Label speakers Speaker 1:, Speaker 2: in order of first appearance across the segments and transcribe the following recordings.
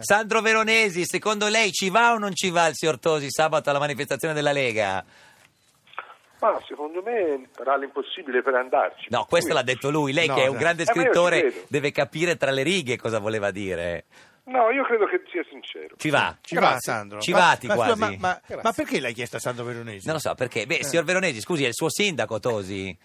Speaker 1: Eh. Sandro Veronesi, secondo lei ci va o non ci va il signor Tosi sabato alla manifestazione della Lega?
Speaker 2: Ma secondo me farà l'impossibile per andarci.
Speaker 1: No, questo l'ha detto lui. Lei,
Speaker 3: No,
Speaker 1: che è
Speaker 3: no.
Speaker 1: un grande
Speaker 2: Eh, ma io ci
Speaker 1: scrittore,
Speaker 2: credo.
Speaker 1: deve capire tra le righe cosa voleva dire.
Speaker 2: No, io credo che sia sincero.
Speaker 1: Ci va?
Speaker 3: Ci va
Speaker 1: Grazie.
Speaker 3: Sandro?
Speaker 1: Ci
Speaker 3: Ma-
Speaker 1: vati
Speaker 3: ma scusa,
Speaker 1: quasi.
Speaker 3: Ma, ma- Eh.
Speaker 2: Grazie.
Speaker 3: ma perché l'hai chiesto a Sandro Veronesi?
Speaker 1: Non lo so perché. Beh, signor Veronesi, scusi, è il suo sindaco Tosi.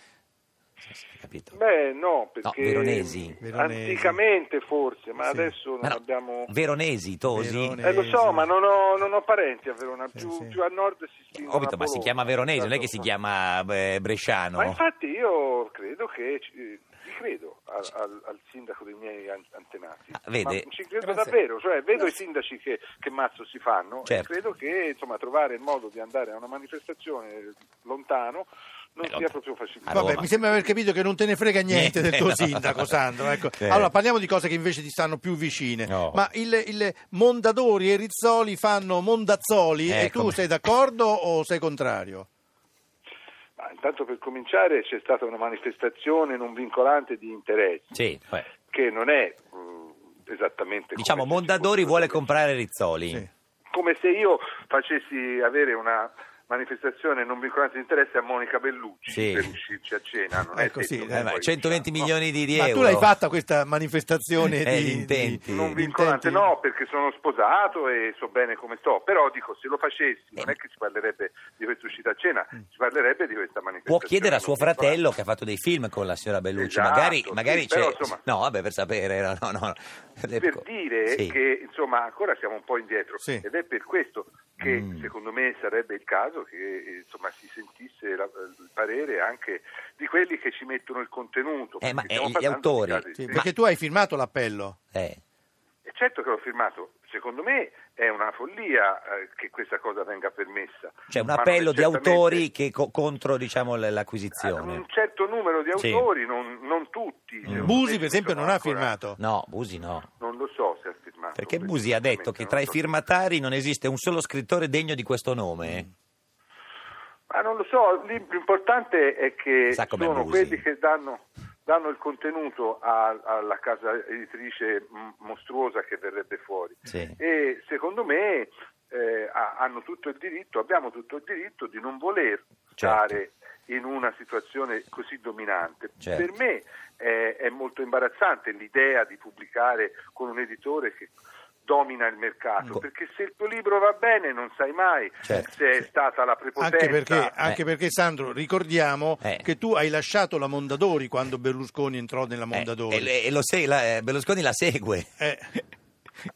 Speaker 1: Sì, sì, Capito?
Speaker 2: Beh, no, perché
Speaker 1: Veronesi.
Speaker 3: Veronesi.
Speaker 2: anticamente forse, ma
Speaker 3: Sì.
Speaker 2: adesso non
Speaker 1: Ma no,
Speaker 2: abbiamo...
Speaker 1: Veronesi, Tosi.
Speaker 3: Verone-
Speaker 2: Eh, lo so,
Speaker 3: Veronesi.
Speaker 2: ma non ho, non ho parenti a Verona,
Speaker 3: Sì,
Speaker 2: più,
Speaker 3: sì.
Speaker 2: più a nord si spingono
Speaker 1: Ho capito,
Speaker 2: a
Speaker 1: ma si
Speaker 2: Bologna. Esatto.
Speaker 1: chiama Veronesi, non è che si chiama eh, Bresciano.
Speaker 2: Ma infatti io credo che... ci- eh, ci credo al, al- al sindaco dei miei an- antenati,
Speaker 1: Ah, vede.
Speaker 2: ma ci credo
Speaker 4: Grazie.
Speaker 2: davvero, cioè vedo i sindaci che, che mazzo si fanno
Speaker 1: Certo.
Speaker 2: e credo che insomma, trovare il modo di andare a una manifestazione lontano non
Speaker 1: Eh,
Speaker 2: sia
Speaker 1: lontano.
Speaker 2: proprio
Speaker 1: A
Speaker 2: facilissimo.
Speaker 1: Roma.
Speaker 3: Vabbè, mi sembra aver capito che non te ne frega niente del tuo
Speaker 1: Niente, no.
Speaker 3: sindaco, Sandro. ecco.
Speaker 1: Sì.
Speaker 3: Allora, parliamo di cose che invece ti stanno più vicine.
Speaker 1: No.
Speaker 3: Ma il, il Mondadori e Rizzoli fanno Mondazzoli e
Speaker 1: Ecco.
Speaker 3: tu sei d'accordo o sei contrario?
Speaker 2: Ma intanto per cominciare c'è stata una manifestazione non vincolante di interessi,
Speaker 1: Sì, vabbè.
Speaker 2: che non è eh, esattamente...
Speaker 1: diciamo
Speaker 2: come se ci
Speaker 1: Mondadori
Speaker 2: fosse-
Speaker 1: vuole comprare Rizzoli.
Speaker 3: Sì.
Speaker 2: Come se io facessi avere una manifestazione non vincolante di interessi a Monica Bellucci
Speaker 1: Sì.
Speaker 2: per uscirci a cena, non è
Speaker 3: Ecco, sì,
Speaker 2: detto che
Speaker 1: Eh, ma
Speaker 2: poi,
Speaker 1: 120
Speaker 2: diciamo,
Speaker 1: milioni di, di
Speaker 3: Ma
Speaker 1: euro.
Speaker 3: tu l'hai fatta questa manifestazione
Speaker 1: Eh,
Speaker 3: di
Speaker 1: di intenti.
Speaker 3: di-
Speaker 2: no, Non
Speaker 3: di
Speaker 2: vincolante
Speaker 3: intenti?
Speaker 2: no, perché sono sposato e so bene come sto, però dico se lo facessi non è che si parlerebbe di questa uscita a cena, si parlerebbe di questa manifestazione.
Speaker 1: Mm. Può chiedere a suo
Speaker 2: non vincolante.
Speaker 1: fratello che ha fatto dei film con la signora Bellucci,
Speaker 2: Esatto,
Speaker 1: magari,
Speaker 2: sì,
Speaker 1: magari c'è...
Speaker 2: però, insomma-
Speaker 1: no, vabbè, per sapere, no, no, no.
Speaker 2: per dire
Speaker 1: Ecco, Sì.
Speaker 2: che insomma ancora siamo un po' indietro
Speaker 3: Sì.
Speaker 2: ed è per questo che
Speaker 1: Mm.
Speaker 2: secondo me sarebbe il caso che eh, insomma, si sentisse la- il parere anche di quelli che ci mettono il contenuto
Speaker 1: Eh, ma,
Speaker 2: perché stiamo
Speaker 1: eh, gli
Speaker 2: parlando di
Speaker 1: autori.
Speaker 2: casi-
Speaker 3: Sì,
Speaker 2: sì.
Speaker 3: Perché tu hai firmato l'appello.
Speaker 1: Eh,
Speaker 2: E certo che l'ho firmato secondo me è una follia eh, che questa cosa venga permessa
Speaker 1: C'è Cioè, un
Speaker 2: Ma non è
Speaker 1: appello di
Speaker 2: certamente-
Speaker 1: autori che co- contro diciamo, l-
Speaker 2: un
Speaker 1: l'acquisizione.
Speaker 2: certo numero di
Speaker 1: Sì. Mm.
Speaker 2: autori non, non tutti secondo
Speaker 3: Busi,
Speaker 2: me,
Speaker 3: per esempio,
Speaker 2: sono
Speaker 3: non ha
Speaker 2: ancora-
Speaker 3: firmato.
Speaker 1: No, Busi no.
Speaker 2: non lo so se ha firmato
Speaker 1: Perché
Speaker 2: questo
Speaker 1: Busi ha detto
Speaker 2: francamente
Speaker 1: che
Speaker 2: non
Speaker 1: tra i
Speaker 2: so.
Speaker 1: firmatari non esiste un solo scrittore degno di questo
Speaker 2: Mm.
Speaker 1: nome. eh.
Speaker 2: Ma Ah, non lo so, lì l'importante è che
Speaker 1: Sa com'è
Speaker 2: sono
Speaker 1: Busi.
Speaker 2: quelli che danno, danno il contenuto a- alla casa editrice m- mostruosa che verrebbe fuori.
Speaker 1: Sì.
Speaker 2: E secondo me eh, ha- hanno tutto il diritto, abbiamo tutto il diritto di non voler stare in una situazione così dominante.
Speaker 1: Certo.
Speaker 2: Per me è, è molto imbarazzante l'idea di pubblicare con un editore che domina il mercato,
Speaker 1: Co-
Speaker 2: perché se il tuo libro va bene non sai mai
Speaker 1: Ecco. Certo.
Speaker 2: se è stata la prepotenza.
Speaker 3: Anche perché, anche
Speaker 1: Eh.
Speaker 3: perché, Sandro, ricordiamo
Speaker 1: Eh.
Speaker 3: che tu hai lasciato la Mondadori quando Berlusconi entrò nella
Speaker 1: Eh,
Speaker 3: Mondadori.
Speaker 1: e, e lo se- la- eh, Berlusconi la segue.
Speaker 3: Eh.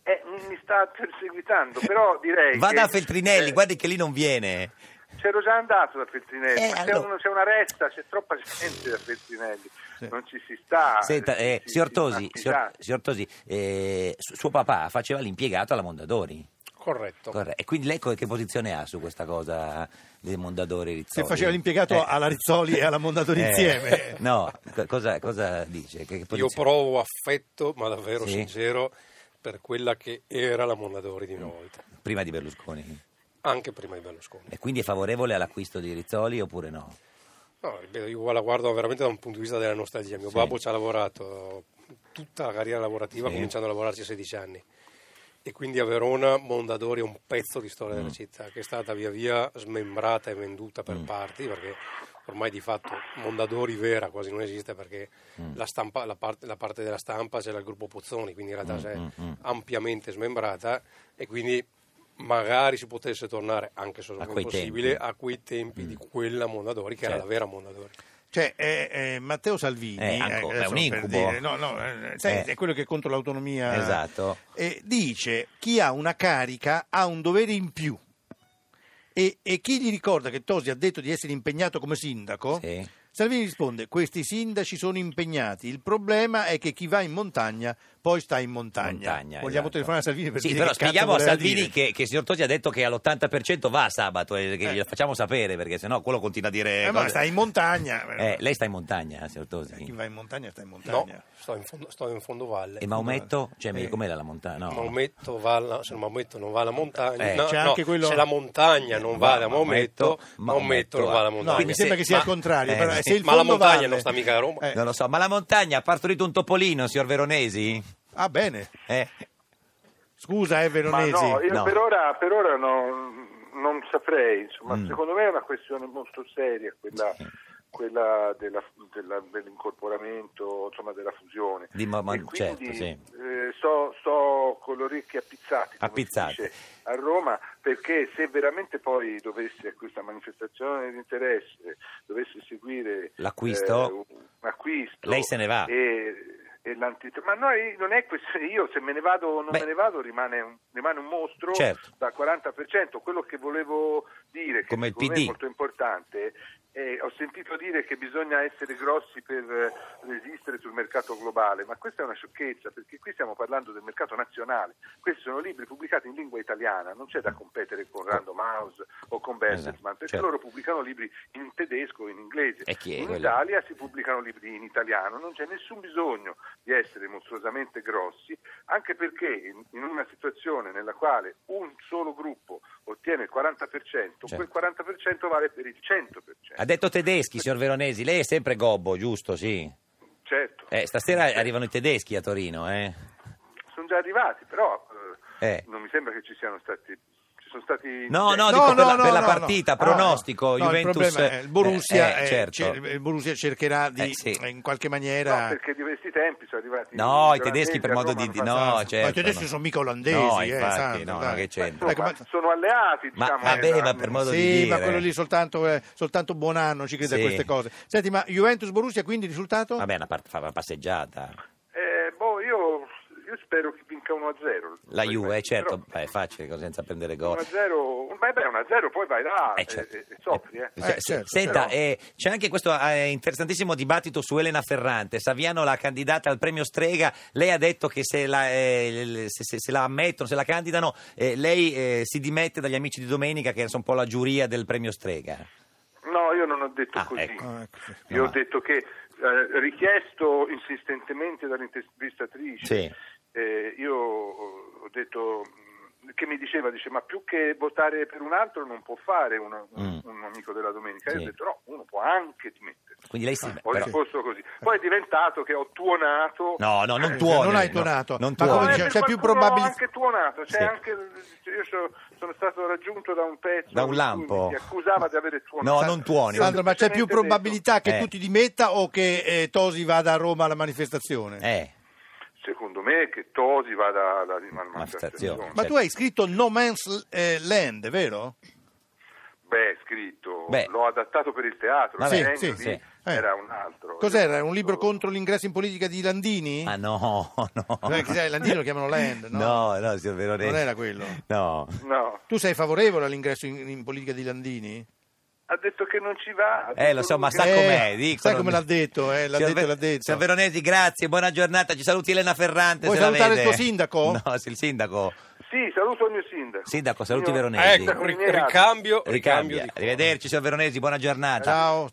Speaker 2: Eh, mi- mi sta perseguitando, però direi
Speaker 1: Vada
Speaker 2: che-
Speaker 1: a Feltrinelli,
Speaker 2: eh,
Speaker 1: guardi che lì non viene.
Speaker 2: C'ero già andato da Feltrinelli,
Speaker 1: Eh,
Speaker 2: ma c'è,
Speaker 1: allora-
Speaker 2: uno- c'è una resta, c'è troppa gente da Feltrinelli, non ci si sta.
Speaker 1: Senta, eh,
Speaker 2: si-
Speaker 1: signor
Speaker 2: si-
Speaker 1: Tosi,
Speaker 2: si-
Speaker 1: signor- signor Tosi, eh, su- suo papà faceva l'impiegato alla Mondadori.
Speaker 4: Corretto.
Speaker 1: Corre- E quindi lei co- che posizione ha su questa cosa dei Mondadori e
Speaker 3: Se
Speaker 1: Rizzoli?
Speaker 3: faceva l'impiegato alla Rizzoli e alla Mondadori
Speaker 1: Oh, Eh,
Speaker 3: insieme.
Speaker 1: No, co- cosa, cosa dice? Che- che
Speaker 4: Io
Speaker 1: posizione-
Speaker 4: provo affetto, ma davvero
Speaker 1: Sì.
Speaker 4: sincero, per quella che era la Mondadori di una volta,
Speaker 1: Prima di Berlusconi.
Speaker 4: anche prima di Berlusconi.
Speaker 1: E quindi è favorevole all'acquisto di Rizzoli oppure no?
Speaker 4: No, ripeto, io la guardo veramente da un punto di vista della nostalgia. Mio babbo ci ha lavorato tutta la carriera lavorativa,
Speaker 1: Sì.
Speaker 4: cominciando a lavorarci a 16 anni. E quindi a Verona Mondadori è un pezzo di storia
Speaker 1: Mm.
Speaker 4: della città che è stata via via smembrata e venduta per parti perché ormai di fatto Mondadori vera quasi non esiste perché
Speaker 1: Mm.
Speaker 4: la, stampa- la parte, la parte della stampa c'era il gruppo Pozzoni, quindi in realtà
Speaker 1: Mm,
Speaker 4: si è ampiamente smembrata e quindi magari si potesse tornare, anche se
Speaker 1: A
Speaker 4: non è
Speaker 1: quei
Speaker 4: possibile,
Speaker 1: tempi. Mm.
Speaker 4: a quei tempi di quella Mondadori che era
Speaker 1: Certo.
Speaker 4: la vera Mondadori.
Speaker 3: Cioè, eh, eh, Matteo Salvini
Speaker 1: Eh, anco-
Speaker 3: adesso
Speaker 1: è un
Speaker 3: per
Speaker 1: incubo.
Speaker 3: dire- no, no, eh, sai,
Speaker 1: Eh.
Speaker 3: è quello che è contro l'autonomia.
Speaker 1: Esatto.
Speaker 3: Eh, dice chi ha una carica ha un dovere in più. E, e chi gli ricorda che Tosi ha detto di essere impegnato come sindaco?
Speaker 1: Sì.
Speaker 3: Salvini risponde: Questi sindaci sono impegnati. Il problema è che chi va in montagna poi sta in montagna.
Speaker 1: Montagna,
Speaker 3: Vogliamo
Speaker 1: esatto.
Speaker 3: telefonare a Salvini per
Speaker 1: Sì,
Speaker 3: dire
Speaker 1: però
Speaker 3: che cazzo
Speaker 1: spieghiamo a
Speaker 3: voleva
Speaker 1: Salvini
Speaker 3: dire.
Speaker 1: che, che il signor Tosi ha detto che all'80% va sabato e che
Speaker 3: Eh.
Speaker 1: glielo facciamo sapere perché sennò quello continua a dire...
Speaker 3: Eh, ma
Speaker 1: cose-
Speaker 3: sta in montagna.
Speaker 1: Eh, lei sta in montagna, signor
Speaker 3: Chi
Speaker 1: Tosi.
Speaker 3: va in montagna sta in montagna.
Speaker 4: No, sto in fondo, sto in fondo valle.
Speaker 1: E Maometto? Cioè,
Speaker 3: Eh.
Speaker 1: com'era la montagna? No.
Speaker 4: Maometto va alla, se Maometto non va alla montagna,
Speaker 1: Eh,
Speaker 4: no,
Speaker 3: c'è
Speaker 4: no,
Speaker 3: anche quello-
Speaker 4: se la montagna non va alla Maometto,
Speaker 1: Maometto,
Speaker 4: Maometto non va alla
Speaker 1: No,
Speaker 3: eh. No,
Speaker 4: montagna.
Speaker 3: mi sembra che sia
Speaker 1: ma-
Speaker 3: il contrario.
Speaker 1: eh,
Speaker 3: però,
Speaker 1: sì.
Speaker 3: se il
Speaker 4: Ma la
Speaker 3: fondo
Speaker 4: montagna
Speaker 3: valle-
Speaker 4: non sta mica a Roma.
Speaker 3: Eh,
Speaker 1: Non lo so, ma la montagna ha partorito un topolino, signor Veronesi?
Speaker 3: Ah, bene.
Speaker 1: Eh,
Speaker 3: Scusa, eh,
Speaker 2: Ma
Speaker 3: Veronesi.
Speaker 2: no, io
Speaker 1: No.
Speaker 2: per ora, per ora no- non saprei, insomma,
Speaker 1: Mm.
Speaker 2: secondo me è una questione molto seria quella,
Speaker 1: Sì.
Speaker 2: quella della- della- dell'incorporamento, insomma della fusione.
Speaker 1: Di ma- ma-
Speaker 2: E quindi,
Speaker 1: certo, sì.
Speaker 2: eh, so, so con le orecchie appizzate, come
Speaker 1: Appizzate.
Speaker 2: si dice a Roma, perché se veramente poi dovesse questa manifestazione di interesse, dovesse seguire
Speaker 1: L'acquisto?
Speaker 2: eh, un acquisto,
Speaker 1: Lei se ne va.
Speaker 2: e- e l'antit- ma noi non è questione, io se me ne vado o non
Speaker 1: Beh.
Speaker 2: me ne vado rimane un, rimane un mostro
Speaker 1: Certo.
Speaker 2: dal 40%. Quello che volevo dire, che
Speaker 1: Come il
Speaker 2: secondo
Speaker 1: PD.
Speaker 2: me è molto importante, eh, ho sentito dire che bisogna essere grossi per eh, resistere sul mercato globale, ma questa è una sciocchezza perché qui stiamo parlando del mercato nazionale. Questi sono libri pubblicati in lingua italiana, non c'è da competere con Random House o con Bertelsmann, perché
Speaker 1: certo.
Speaker 2: loro pubblicano libri in tedesco o in inglese.
Speaker 1: E chi è
Speaker 2: in
Speaker 1: quello?
Speaker 2: Italia si pubblicano libri in italiano, non c'è nessun bisogno di essere mostruosamente grossi, anche perché in, in una situazione nella quale un solo gruppo ottiene il 40%,
Speaker 1: Certo.
Speaker 2: quel 40% vale per il 100%.
Speaker 1: Ha detto tedeschi, signor Veronesi, lei è sempre gobbo, giusto? Sì.
Speaker 2: Certo,
Speaker 1: Eh, stasera arrivano i tedeschi a Torino, eh?
Speaker 2: sono già arrivati, però eh,
Speaker 1: Eh.
Speaker 2: non mi sembra che ci siano stati... Ci sono stati cioè,
Speaker 1: No, no, dico per la- per la partita,
Speaker 3: Ah,
Speaker 1: pronostico,
Speaker 3: no,
Speaker 1: Juventus-
Speaker 3: Il, problema è, il Borussia,
Speaker 1: eh, eh,
Speaker 3: eh,
Speaker 1: certo.
Speaker 3: cer- il Borussia cercherà di
Speaker 1: Eh, sì.
Speaker 3: eh, in qualche
Speaker 2: No,
Speaker 3: maniera.
Speaker 2: perché di questi tempi sono arrivati...
Speaker 1: No, i
Speaker 2: veramente
Speaker 1: tedeschi per
Speaker 2: a
Speaker 1: modo
Speaker 2: Roma
Speaker 1: di...
Speaker 2: hanno
Speaker 1: di-
Speaker 2: fatto-
Speaker 1: No, certo.
Speaker 3: i tedeschi
Speaker 1: no.
Speaker 3: sono mica olandesi,
Speaker 1: No,
Speaker 3: eh,
Speaker 1: infatti,
Speaker 3: santo,
Speaker 1: no,
Speaker 3: dai.
Speaker 1: no, che
Speaker 2: Ma
Speaker 1: c'entra.
Speaker 2: insomma,
Speaker 3: Ecco, ma-
Speaker 2: sono alleati,
Speaker 1: cioè, Ma-
Speaker 2: diciamo.
Speaker 1: vabbè,
Speaker 2: eh,
Speaker 1: ma per modo- di
Speaker 3: sì, ma
Speaker 1: dire.
Speaker 3: quello lì soltanto, eh, soltanto Buonanno ci crede
Speaker 1: Sì.
Speaker 3: a queste cose. Senti, ma Juventus-Borussia quindi il risultato?
Speaker 1: Vabbè, una, part- fa una passeggiata.
Speaker 2: Eh, boh, io, io spero che vinca 1-0.
Speaker 1: La Juve, eh, certo,
Speaker 2: Però-
Speaker 1: beh, è facile così senza prendere gol.
Speaker 2: 1-0, beh, beh, 1-0 poi vai là
Speaker 1: Eh,
Speaker 2: e,
Speaker 1: certo.
Speaker 2: e- e soffri. Ah,
Speaker 1: Eh,
Speaker 2: Eh.
Speaker 1: se-
Speaker 3: Eh, certo,
Speaker 1: Senta,
Speaker 2: però-
Speaker 1: eh, c'è anche questo eh, interessantissimo dibattito su Elena Ferrante. Saviano, la candidata al premio Strega, lei ha detto che se la, eh, l- se, se- se la ammettono, se la candidano, eh, lei eh, si dimette dagli amici di domenica, che sono un po' la giuria del premio Strega.
Speaker 2: No, io non ho detto
Speaker 1: Ah,
Speaker 2: così.
Speaker 1: ecco.
Speaker 3: Ah, ecco, sì.
Speaker 2: Io
Speaker 1: No.
Speaker 2: ho detto che, eh, richiesto insistentemente dall'intervistatrice,
Speaker 1: Sì.
Speaker 2: eh, io ho detto mh, che mi diceva, dice, ma più che votare per un altro non può fare uno-
Speaker 1: Mm.
Speaker 2: un amico della domenica. Io
Speaker 1: Sì.
Speaker 2: ho detto no, uno può anche dimettersi.
Speaker 1: Quindi lei si...
Speaker 2: Ho
Speaker 1: però-
Speaker 2: risposto così. Poi è diventato che ho tuonato.
Speaker 1: No, no, non
Speaker 3: Eh,
Speaker 1: tuono.
Speaker 3: non hai
Speaker 1: no,
Speaker 3: tuonato.
Speaker 1: non
Speaker 3: Ma
Speaker 1: tuono.
Speaker 3: come
Speaker 2: eh,
Speaker 3: c'è-
Speaker 2: per
Speaker 3: c'è più
Speaker 2: qualcuno
Speaker 3: probabil-
Speaker 2: ho anche tuonato, c'è
Speaker 1: Sì.
Speaker 2: anche- io so- sono stato raggiunto da un pezzo
Speaker 1: Da un
Speaker 2: in cui
Speaker 1: lampo.
Speaker 2: mi accusava di avere tuonato.
Speaker 1: No, non tuoni.
Speaker 3: Sandro, ma c'è più
Speaker 2: semplicemente
Speaker 3: probabilità che
Speaker 1: Eh.
Speaker 3: tu ti dimetta o che eh, Tosi vada a Roma alla manifestazione?
Speaker 1: Eh,
Speaker 2: Secondo me che Tosi vada alla rimanifestazione.
Speaker 1: Manifestazione.
Speaker 3: Ma
Speaker 1: certo.
Speaker 3: tu hai scritto No Man's eh, Land, vero?
Speaker 2: Beh, scritto,
Speaker 1: Beh.
Speaker 2: l'ho adattato per il teatro,
Speaker 1: Vabbè,
Speaker 2: il
Speaker 3: sì,
Speaker 2: genio
Speaker 1: sì, Eh.
Speaker 2: lì
Speaker 1: sì.
Speaker 2: era un altro.
Speaker 3: Cos'era?
Speaker 2: Io-
Speaker 3: Un libro contro l'ingresso in politica di Landini?
Speaker 1: ma Ah, no, no.
Speaker 3: Eh, che sai, Landini lo chiamano Land, no?
Speaker 1: No, no, signor Veronesi.
Speaker 3: Non era quello.
Speaker 1: No.
Speaker 2: No,
Speaker 3: Tu sei favorevole all'ingresso in, in politica di Landini?
Speaker 2: ha detto che non ci va. ha
Speaker 1: Eh,
Speaker 2: detto
Speaker 1: lo so,
Speaker 2: lui
Speaker 1: ma
Speaker 2: che-
Speaker 1: sa
Speaker 3: Eh,
Speaker 1: com'è. dicono-
Speaker 3: sai come l'ha detto, eh, l'ha
Speaker 1: Signor
Speaker 3: detto, l'ha detto.
Speaker 1: Signor Veronesi, grazie, buona giornata. Ci saluti Elena Ferrante.
Speaker 3: Vuoi
Speaker 1: se la
Speaker 3: salutare il
Speaker 1: vede.
Speaker 3: tuo sindaco?
Speaker 1: No, sì, il sindaco.
Speaker 2: Sì, saluto il mio sindaco.
Speaker 1: Sindaco, saluti
Speaker 2: Signor-
Speaker 1: Veronesi.
Speaker 4: Ecco,
Speaker 2: Sì.
Speaker 4: ric- ricambio, ricambio
Speaker 1: Ricambia.
Speaker 4: di-
Speaker 1: Arrivederci, signor Veronesi, buona giornata.
Speaker 3: Ciao.